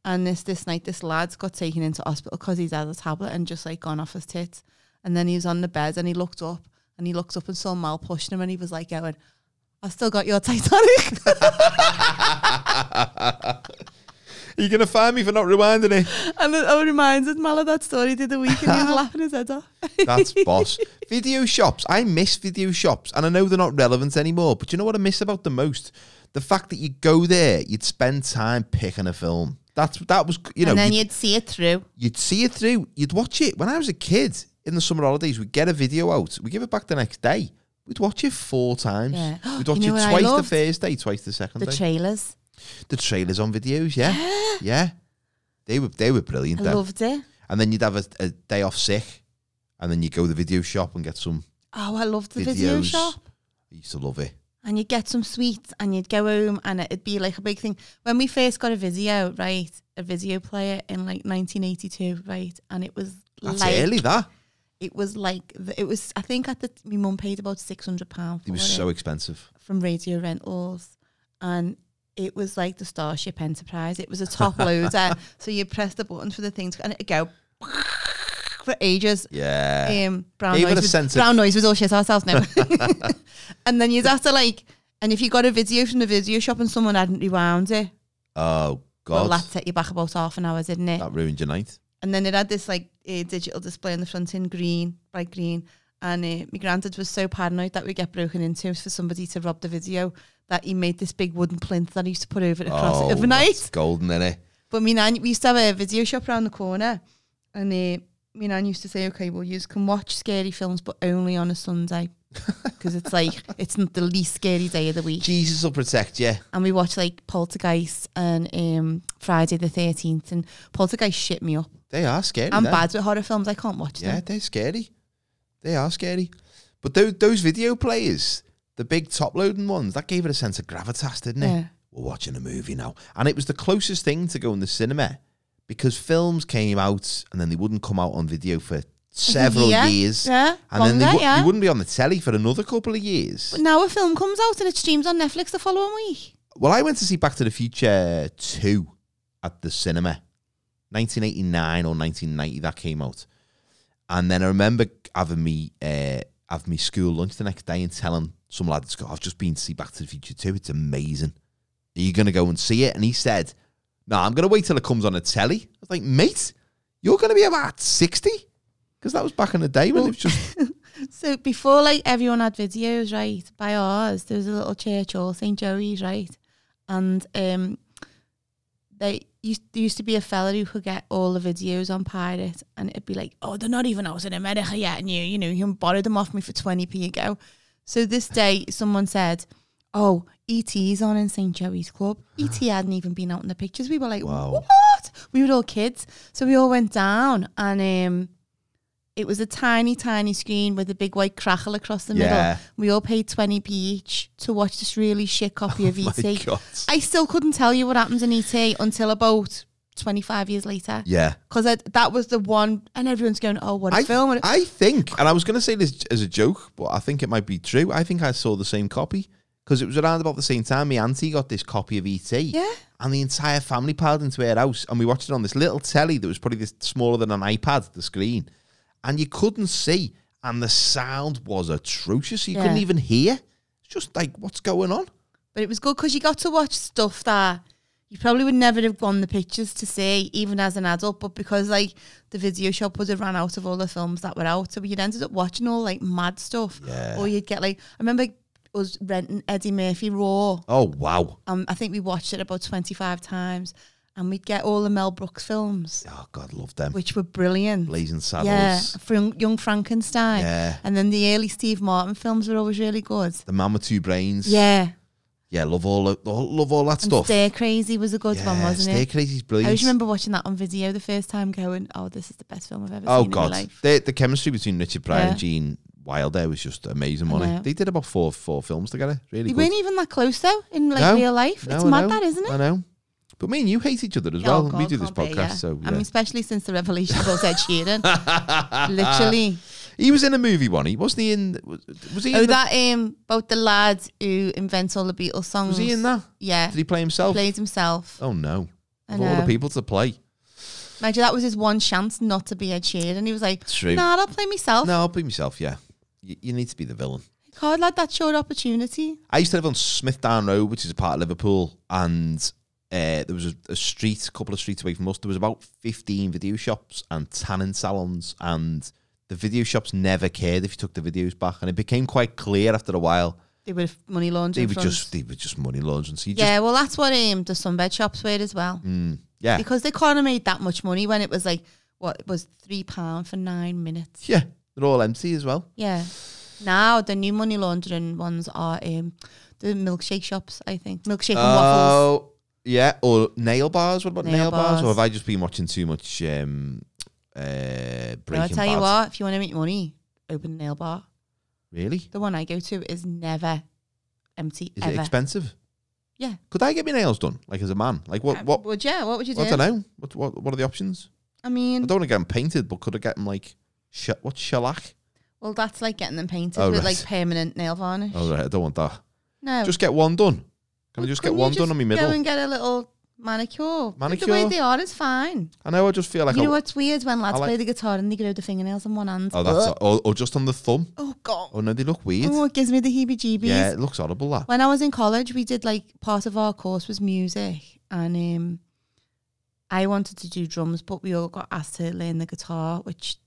And this this night, this lad's got taken into hospital because he's had a tablet and just like gone off his tits. And then he was on the bed and he looked up and he looked up and saw Mal pushing him and he was like going, "I still got your Titanic."
Are you gonna find me for not rewinding it?
and I I reminded Mal of that story the other week and he was laughing his head off.
That's boss. Video shops. I miss video shops, and I know they're not relevant anymore. But you know what I miss about the most? The fact that you go there, you'd spend time picking a film. That's that was you know
and then
you'd,
you'd see it through.
you'd see it through, you'd watch it. When I was a kid in the summer holidays, we'd get a video out, we give it back the next day. We'd watch it four times.
Yeah.
We'd
You
watch
know what
it
I
twice the
loved?
first day, twice the second
The
day.
trailers.
the trailers on videos, yeah, yeah, they were they were brilliant.
I
then.
loved it.
and then you'd have a, a day off sick, and then you go to the video shop and get some
Oh, I loved the
videos.
video shop.
I used to love it.
And you'd get some sweets and you'd go home and it'd be like a big thing. When we first got a video, right, a video player in like 1982, right, and it was
That's
like,
early. That
it was like, the, it was, I think at the, my mum paid about £600 for
it was so expensive.
from Radio Rentals, and it was like the Starship Enterprise. It was a top loader, so you press the button for the things, and it'd go for ages.
Yeah,
Um, brown
Even a
noise. Would,
sense of-
brown noise was all shit ourselves now. and then you'd have to like, and if you got a video from the video shop and someone hadn't rewound it,
oh
well,
god,
that set you back about half an hour, didn't it?
that ruined your night.
And then it had this like a digital display on the front end, green, bright green. And uh, my granddad was so paranoid that we get broken into for somebody to rob the video that he made this big wooden plinth that he used to put over it across
oh,
it overnight.
that's golden in it.
But me nan, we used to have a video shop around the corner, and uh, me nan used to say, "Okay, well, you can watch scary films, but only on a Sunday, because it's like it's not the least scary day of the week."
Jesus will protect you.
and we watched like Poltergeist and um, Friday the Thirteenth, and Poltergeist shit me up.
They are scary.
I'm
then.
bad with horror films; I can't watch
Yeah,
them.
they're scary. They are scary. But those those video players, the big top loading ones, that gave it a sense of gravitas, didn't it?
Yeah.
We're watching a movie now. And it was the closest thing to going to the cinema because films came out and then they wouldn't come out on video for several
year,
years.
yeah,
And then they,
longer,
wou-
yeah.
they wouldn't be on the telly for another couple of years.
But now a film comes out and it streams on Netflix the following week.
Well, I went to see Back to the Future 2 at the cinema. 1989 or 1990 that came out. And then I remember having me uh, have me school lunch the next day and telling some lad, "Scott, I've just been to see Back to the Future 2. It's amazing. Are you going to go and see it? And he said, no, I'm going to wait till it comes on the telly. I was like, mate, you're going to be about 60? Because that was back in the day when it was just,
So before like everyone had videos, right? By ours, there was a little church or St. Joey's, right? And um they used there used to be a fella who could get all the videos on pirate and it'd be like, Oh, they're not even out in America yet and you you know, you can borrow them off me for twenty P ago. So this day someone said, oh, ET's on in St. Joey's Club. ET hadn't even been out in the pictures. We were like,
Wow.
what? We were all kids. So we all went down and um, it was a tiny, tiny screen with a big white crackle across the
Yeah.
middle. We all paid 20p each to watch this really shit copy of ET.
Oh My God.
I still couldn't tell you what happens in ET until about 25 years later.
yeah.
Because that was the one, and everyone's going, oh, what a
I,
film. And-
I think, and I was going to say this as a joke, but I think it might be true. I think I saw the same copy because it was around about the same time my auntie got this copy of ET.
Yeah.
And the entire family piled into her house and we watched it on this little telly that was probably this smaller than an iPad, the screen. And you couldn't see. And the sound was atrocious. You
Yeah.
couldn't even hear. It's just like, what's going on?
But it was good because you got to watch stuff that you probably would never have gone the pictures to see, even as an adult. But because like the video shop would have ran out of all the films that were out, so you'd ended up watching all like mad stuff.
Yeah.
Or you'd get like I remember us renting Eddie Murphy Raw.
Oh, wow.
Um, I think we watched it about twenty five times, and we'd get all the Mel Brooks films,
Oh, God, love them.
which were brilliant.
Blazing
yeah,
Saddles.
for young, young Frankenstein.
Yeah.
And then the early Steve Martin films were always really good.
The Man with Two Brains.
Yeah.
Yeah, love all, of- love all that
And
stuff.
Stay Crazy was a good one, wasn't
Stay
it?
Crazy's
I
brilliant.
always remember watching that on video the first time, going, "Oh, this is the best film I've ever
Oh
seen in my
God,
life."
the, the chemistry between Richard Pryor
Yeah.
and Gene Wilder was just amazing.
I
Money.
know.
They did about four four films together. Really
They
good.
weren't even that close though in like
No,
real life.
No,
it's
I
mad,
know,
that isn't it?
I know. But me and you hate each other as
Oh,
well. we
God,
do this
can't
podcast,
be, yeah.
so
I mean, especially since the revelation about Ed Sheeran, literally.
he was in a movie. One, he wasn't he in? Was, was he?
Oh,
in the-
that um, about the lad who invents all the Beatles songs.
was he in that?
Yeah,
Did he play himself?
played himself.
Oh no!
I
Of all the
know.
people to play,
Mind you, that was his one chance not to be Ed Sheeran. He was like,
true.
"Nah, I'll play myself."
No, I'll be myself. Yeah, you, you need to be the villain.
Card lad, that's your opportunity.
I used to live on Smithdown Road, which is a part of Liverpool, and uh, there was a, a street, a couple of streets away from us. There was about fifteen video shops and tanning salons, and the video shops never cared if you took the videos back. And it became quite clear after a while
They would have money
they
laundering.
were
fronts.
just they were just money laundering. So you just
yeah, well, that's what um, the sunbed shops were as well.
mm, yeah,
because they kind of made that much money when it was like what it was three pound for nine minutes.
yeah, they're all empty as well.
Yeah. Now the new money laundering ones are um, the milkshake shops. I think milkshake and waffles.
Oh, yeah, or nail bars. What about nail,
Nail
bars? Or
bars.
have I just been watching too much um, uh,
But I
Breaking
tell you
Bad?
what, if you want to make money, open a nail bar.
Really?
The one I go to is never empty
Is it
ever.
expensive?
Yeah.
Could I get my nails done, like as a man? Like what? What?
Uh, Would yeah? What would you do?
I don't know. What? What? What are the options?
I
I
mean,
don't want to get them painted, but could I get them like sh- what's shellac?
well, that's like getting them painted
Oh,
with
right.
like permanent nail varnish.
Oh right, I don't want that.
No,
Just get one done. Can I
Well,
just get
couldn't you
one done on my middle?
Go and get a little manicure. The way
Manicure?
they are is fine.
I know. I just feel like
you
I-
know what's weird when lads
I like-
play the guitar and they grow the fingernails on one hand.
Oh, that's
Ugh.
or, or just on the thumb.
oh god.
Oh no, they look weird.
Oh, it gives me the heebie-jeebies.
yeah, it looks horrible. That
When I was in college, we did like part of our course was music, and um, I wanted to do drums, but we all got asked to learn the guitar, which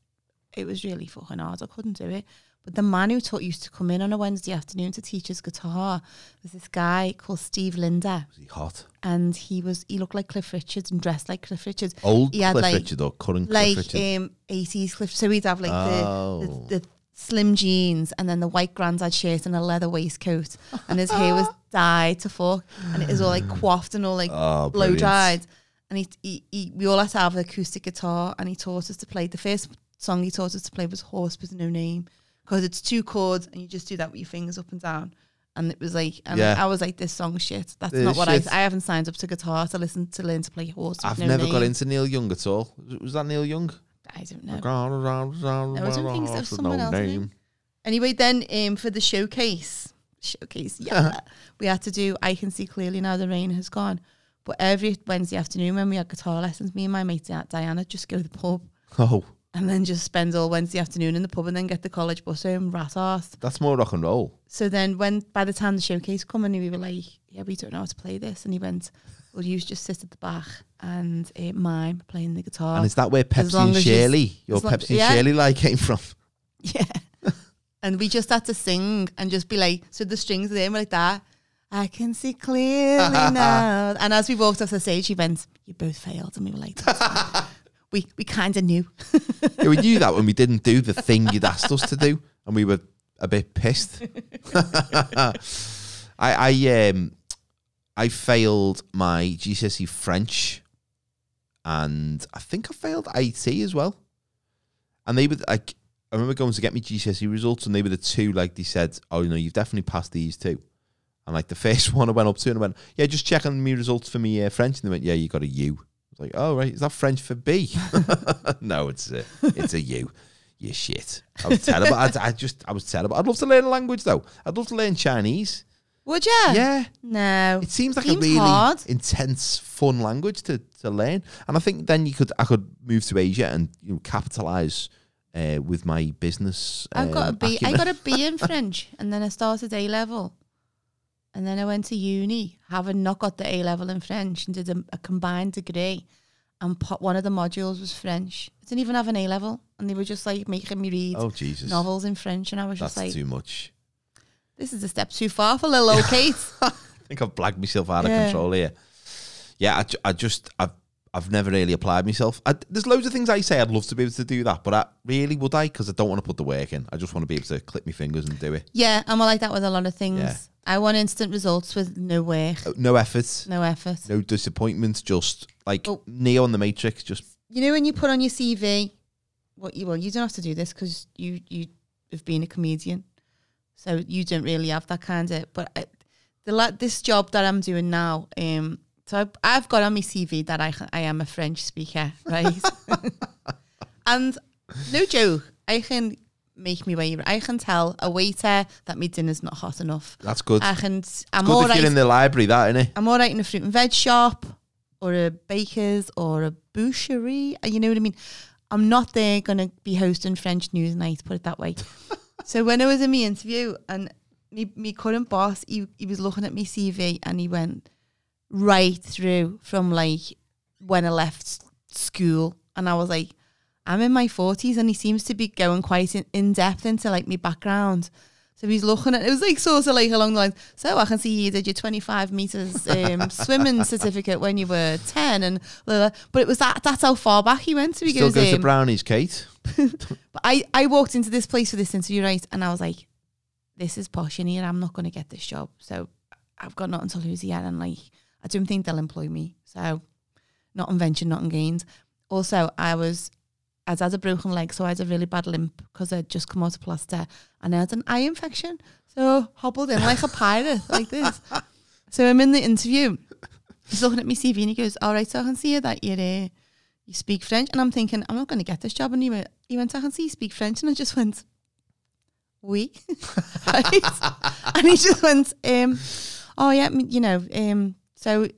it was really fucking hard. I couldn't do it. But the man who taught used to come in on a Wednesday afternoon to teach us guitar was this guy called Steve Linder,
was he hot?
and he was he looked like Cliff Richards and dressed like Cliff Richards.
Old
He had,
Cliff
like-
Richard or current
like
Cliff Richard?
um eighties cliff. So we'd have like
Oh.
the, the the slim jeans and then the white granddad shirt and a leather waistcoat, and his hair was dyed to fuck, and it was all like coiffed and all like
Oh,
blow
brilliant.
dried. And he, he, he, we all had to have an acoustic guitar, and he taught us to play. The first song he taught us to play was "Horse with No Name" because it's two chords, and you just do that with your fingers up and down. And it was like, and
Yeah.
I was like, "This song shit. That's
This
not what
shit.
I. I haven't signed up to guitar to listen to learn to play horse." With
I've
no
never got
Name.
into Neil Young at all. Was- Was that Neil Young?
I don't know.
I
was doing things of someone else, I think. Anyway, then um, for the showcase, showcase, yeah, we had to do I Can See Clearly Now the Rain Has Gone. But every Wednesday afternoon when we had guitar lessons, me and my mate Di- Diana just go to the pub
Oh,
and then just spend all Wednesday afternoon in the pub and then get the college bus home, rat ass.
that's more rock and roll.
So then when by the time the showcase come and we were like, yeah, we don't know how to play this. And he went, well, you just sit at the back and uh, mime playing the guitar.
And is that where
as
Pepsi
long
and
as you-
Shirley, your
as long-
Pepsi and
yeah.
Shirley lie came from?
Yeah. and we just had to sing and just be like, so the strings are there, and we're like that. I can see clearly now. And as we walked off the stage, he went, You both failed. And we were like, "That's fine." We, we kind of knew.
Yeah, we knew that when we didn't do the thing you'd asked us to do, and we were a bit pissed. I I um I failed my GCSE E French, and I think I failed IT as well. And they were like, I remember going to get me GCSE E results, and they were the two like they said, "Oh no, you've definitely passed these two. And like the first one I went up to and I went, "Yeah, just checking me results for me uh, French," and they went, "Yeah, you got a U." I was like, "Oh right, is that French for B?" no, it's a it's a U. You shit. I was terrible. I, I just I was terrible. I'd love to learn a language though. I'd love to learn Chinese.
Would you?
Yeah.
No.
It seems like a
Seems
really
hard.
intense, fun language to, to learn, and I think then you could I could move to Asia and you know capitalize uh, with my business.
I've got a
um,
B. I
acumen.
got a B in French, and then I started A level, and then I went to uni, having not got the A level in French, and did a, a combined degree. And po- one of the modules was French. I didn't even have an A level, and they were just like making me read
oh Jesus,
novels in French, and I was
that's
just like,
too much.
"This is a step too far for little old Kate."
I think I've blagged myself out
Yeah.
of control here. Yeah, I, ju- I just I've I've never really applied myself. I, there's loads of things I say I'd love to be able to do that, but I, really would I? Because I don't want to put the work in. I just want to be able to click my fingers and do it.
yeah, I'm like that with a lot of things.
Yeah.
I want instant results with Oh, no work,
Uh, No effort,
no effort.
no disappointment. Just like
Oh.
Neo on the Matrix, just
you know when you put on your CV, what you well you don't have to do this because you you have been a comedian, so you don't really have that kind of. But I, the la- this job that I'm doing now, um, so I've, I've got on my CV that I can- I am a French speaker, right? and no joke, I can make me way. I can tell a waiter that my dinner's not hot enough.
that's good.
I can. I'm
Good
Ah, all
if you're
right.
in the library, that innit?
I'm all right in a fruit and veg shop or a baker's or a boucherie. uh, You know what I mean? I'm not there going to be hosting French news night, put it that way. so when I was in my interview and me, me current boss, he, he was looking at my CV and he went right through from like when I left s- school. And I was like, I'm in my 40s and he seems to be going quite in, in depth into like my background. So he's looking at it was like sort of like along the lines. So I can see you did your 25 meters um, swimming certificate when you were 10, and blah, blah. but it was that that's how far back he went. So he
Still
goes,
go to
um,
brownies, Kate.
but I, I walked into this place for this interview, right? And I was like, this is posh in here. I'm not going to get this job. So I've got nothing to lose yet. And like, I don't think they'll employ me. So not in venture, not in gains. Also, I was, I had a broken leg. So I had a really bad limp because I'd just come out of plaster and I had an eye infection. So hobbled in like a pirate, like this. So I'm in the interview. He's looking at me CV and he goes, all right, so I can see that you're uh, you speak French. And I'm thinking, I'm not going to get this job. And he went, he went, I can see you speak French. And I just went, we. and he just went, um, oh yeah, I mean, you know, um, so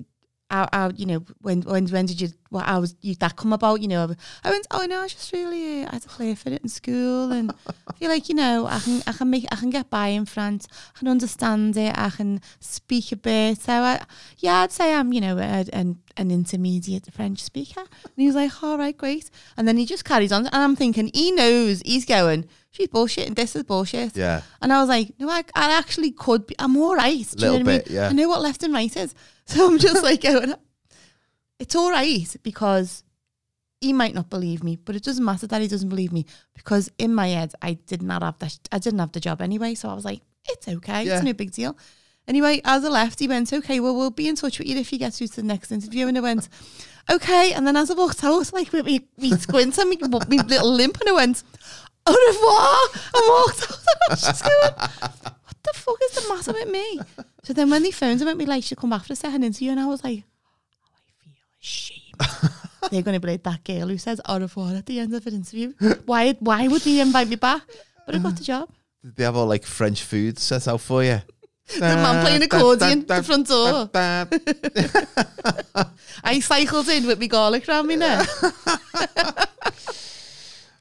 how, how, you know, when, when, when did you, what, how was you, that come about? You know, I went, oh no, I just really, uh, I had to play for it in school. And I feel like, you know, I can, I can make, I can get by in France. I can understand it. I can speak a bit. So I, yeah, I'd say I'm, you know, a, an, an intermediate French speaker. And he was like, all right, great. And then he just carries on. And I'm thinking, he knows, he's going, she's bullshit and this is bullshit.
Yeah.
And I was like, no, I, I actually could be, I'm all right. Do
Little
you know what
bit,
I mean?
yeah.
I know what left and right is. So I'm just like, going, it's all right because he might not believe me, but it doesn't matter that he doesn't believe me because in my head, I did not have that, I didn't have the job anyway. So I was like, it's okay.
Yeah.
It's no big deal. Anyway, as I left, he went, okay, well, we'll be in touch with you if you get through to the next interview. And I went, okay. And then as I walked out, like, with me, me squint and me, me little limp, and I went, au revoir, and walked out. And I was just going, what the fuck is the matter with me? So then when they phoned him at me, like, she come back for a second interview, and I was like, oh, I feel ashamed. They're going to be like that girl who says au revoir at the end of an interview. Why, why would they invite me back? But I got the job.
Did they have all like French food set out for you? the
man playing accordion at the front door. I cycled in with my garlic round me neck.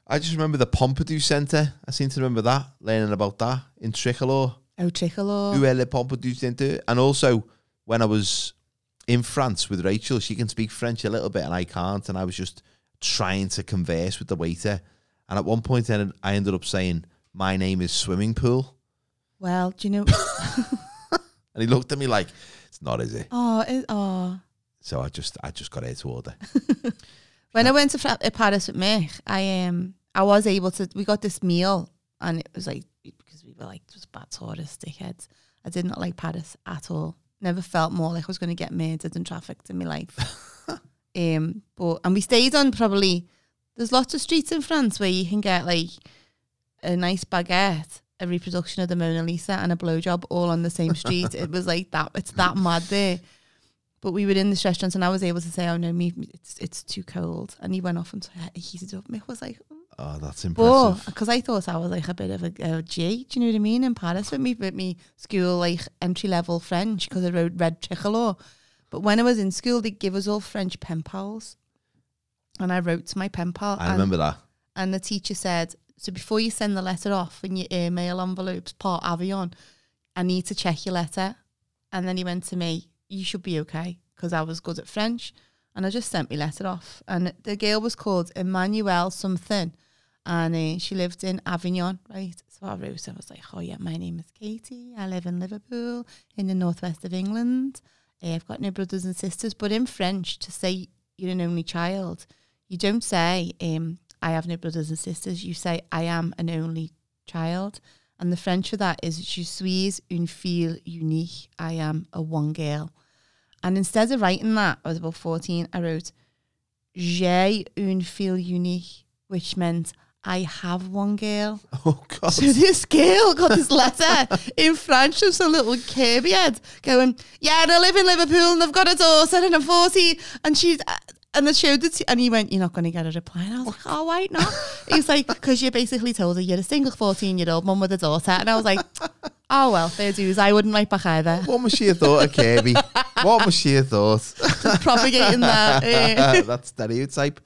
I just remember the Pompidou Centre. I seem to remember that, learning about that in Tricolore.
Oh, trickle
Où est le Pompidou Centre? And also, when I was in France with Rachel, she can speak French a little bit and I can't. And I was just trying to converse with the waiter. And at one point, then I ended up saying, My name is Swimming Pool.
Well, do you know?
And he looked at me like, It's not, is it?
Oh, it, oh.
So I just I just got here to order.
When I went to Fra- uh, Paris with Mich, I um, I was able to. We got this meal, and it was like because we were like just bad tourist dickheads, I did not like Paris at all. Never felt more like I was going to get murdered and trafficked in my life. um, but and we stayed on probably. There's lots of streets in France where you can get like a nice baguette, a reproduction of the Mona Lisa, and a blowjob all on the same street. it was like that. It's that mad there. But we were in this restaurant, and I was able to say, "Oh no, me, it's it's too cold." And he went off and he heated up. Mick was like,
Oh, that's
Oh,
impressive.
because I thought I was like a bit of a, a G. Do you know what I mean? In Paris with me, with me school like entry level French because I wrote red tricolour. But when I was in school, they give us all French pen pals, and I wrote to my pen pal.
I
and-
remember that.
and the teacher said, "So before you send the letter off in your email envelopes, part avion, I need to check your letter." And then he went to me, "You should be okay," because I was good at French, and I just sent my letter off. And the girl was called Emmanuelle something, and uh, she lived in Avignon, right? So I wrote, I was like, "Oh yeah, my name is Katie. I live in Liverpool, in the northwest of England. Eh, I've got no brothers and sisters, but in French, to say you're an only child." you don't say um, I have no brothers and sisters. You say I am an only child, and the French for that is je suis une fille unique. I am a one girl. And instead of writing that, I was about fourteen. I wrote j'ai une fille unique, which meant I have one girl.
Oh God.
So this girl got this letter in French from some little Kirby head going, Yeah, and I live in Liverpool and I've got a daughter and I'm 40. And she's, uh," and I showed it to, and he went, You're not going to get a reply. And I was like, Oh, why not? He's like, Because you basically told her you're a single 14 year old mum with a daughter. And I was like, Oh, well, fair dues. I wouldn't write back either.
What must she have thought of Kirby? what must she have thought?
Propagating that. eh.
that Uh, stereotype.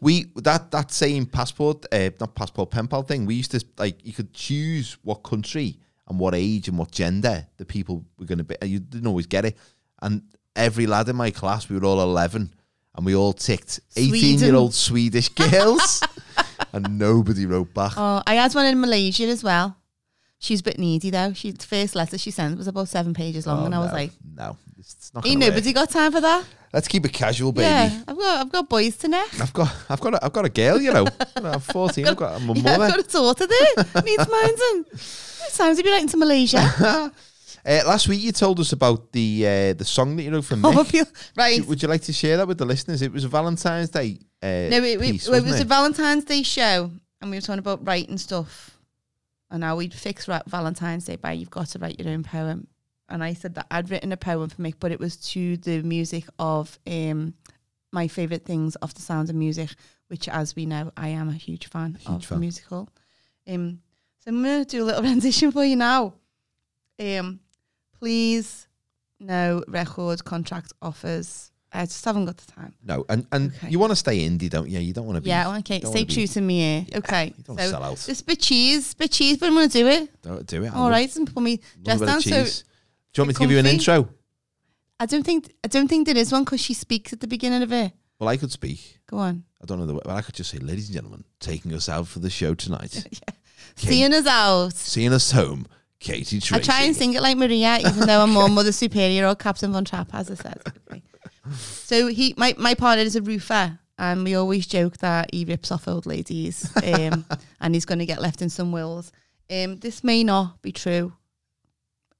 We that that same passport, uh, not passport pen pal thing. We used to like you could choose what country and what age and what gender the people were going to be. You didn't always get it. And every lad in my class, we were all eleven, and we all ticked eighteen-year-old Swedish girls, and nobody wrote back.
Oh, I had one in Malaysia as well. She's a bit needy though. She the first letter she sent was about seven pages long,
Oh,
and I was
no,
like,
no, it's, it's not.
"Ain't
gonna work.
nobody got time for that."
Let's keep it casual, baby.
Yeah, I've got I've got boys to neck.
I've got, I've got, a, I've got a girl. You know, You know, I'm fourteen. I've got, I'm a
Yeah, I've
mother.
got a daughter there. Needs minds and it's time to be writing to Malaysia.
Uh, last week you told us about the uh, the song that you wrote for Mick.
Oh, I feel- right.
Would- Would you like to share that with the listeners? It was a Valentine's Day uh,
No, it,
piece,
it, it
wasn't
was
it?
a Valentine's Day show, and we were talking about writing stuff, and how we'd fix ra- Valentine's Day by you've got to write your own poem. And I said that I'd written a poem for Mick, but it was to the music of um, my favorite things of the sound of music, which, as we know, I am a huge fan of
fan.
the musical. Um, so I'm gonna do a little rendition for you now. Um, please, no record contract offers. I just haven't got the time.
no, and and
Okay.
you want to stay indie, don't you? You don't want to be.
Yeah, okay.
don't
Stay
wanna be-
true to me. eh? Okay.
You don't sell out.
Just bit cheese, bit cheese, but I'm gonna do it.
Don't do it. I
All
love-
right, and put me
love
dress
a bit
down.
of
So
cheese. Do you want me to
Bit
give you an
comfy.
intro?
I don't think I don't think there is one because she speaks at the beginning of it.
Well, I could speak.
Go on,
I don't know the way, but I could just say, ladies and gentlemen, taking us out for the show tonight. Kate-
seeing us out.
seeing us home, Katie Tracy.
I try and sing it like Maria, even though I'm more Mother Superior or Captain Von Trapp, as I said. Okay. So he, my my partner is a roofer, and we always joke that he rips off old ladies, um, and he's going to get left in some wills. Um, this may not be true.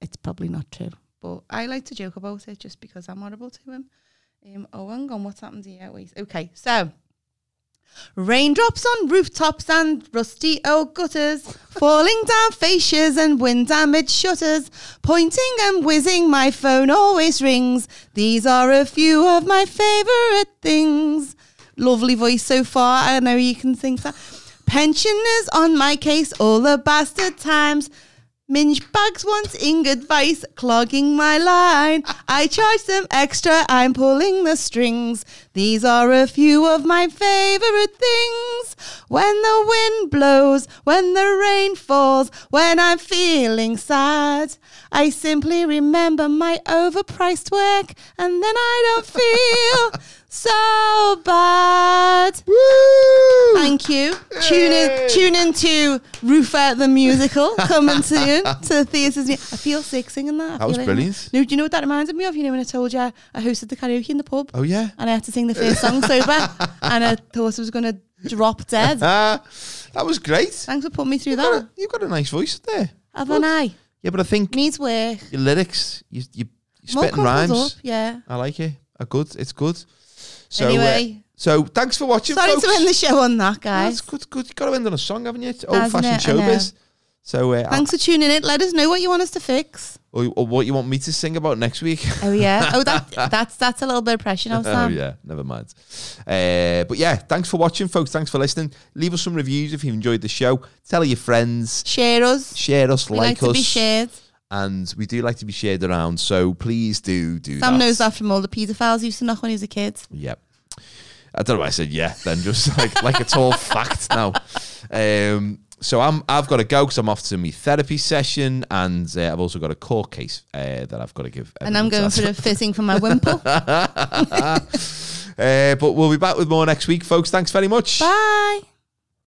It's probably not true, but I like to joke about it just because I'm horrible to him. Um, oh, hang on, what's happened here? Wait, okay, so. Raindrops on rooftops and rusty old gutters, falling down fascias and wind damaged shutters, pointing and whizzing, my phone always rings. These are a few of my favourite things. Lovely voice so far, I know you can sing that. Pensioners on my case all the bastard times. Minge bags want ing advice, clogging my line. I charge them extra, I'm pulling the strings. These are a few of my favourite things. When the wind blows, when the rain falls, when I'm feeling sad, I simply remember my overpriced work and then I don't feel so bad. Thank you. Tune in, tune in to Rufa the musical coming soon to theatres. near- I feel sick singing that. I
That was
feel it.
brilliant.
No, do you know what that reminded me of? You know when I told you I hosted the karaoke in the pub
Oh yeah.
and I had to sing the first song sober, and I thought I was going to drop dead.
Ah, that was great.
Thanks for putting me through
You've got,
that.
a, you've got a nice voice there.
Have an eye.
Yeah, but I think
Needs work.
your lyrics, you you you're
More
spitting
couples
rhymes.
Up, yeah.
I like it. A good. It's good. So uh,
anyway,
so thanks for watching.
sorry
folks.
to end the show on that,
That's
guys.
good. Good. You got to end on a song, haven't you? It's old fashioned
it? I know.
showbiz. So uh,
Thanks for tuning in. Let us know what you want us to fix.
or, or what you want me to sing about next week?
Oh yeah. Oh that that's that's a little bit of pressure now,
Oh
Sam.
yeah, never mind. Uh, but yeah, thanks for watching, folks. Thanks for listening. Leave us some reviews if you enjoyed the show. Tell your friends.
Share us.
Share us,
We
like,
like, to be
us,
shared.
and we do like to be shared around. So please do do
Sam
that.
knows that from all the paedophiles he used to knock when he was a kid.
Yep. I don't know why I said yeah. Then just like like it's all fact now. Um, so I'm I've got to go because I'm off to my therapy session, and uh, I've also got a court case uh, that I've got to give.
And I'm going
evidence
for the fitting for my wimple.
at. Uh, but we'll be back with more next week, folks. Thanks very much.
Bye.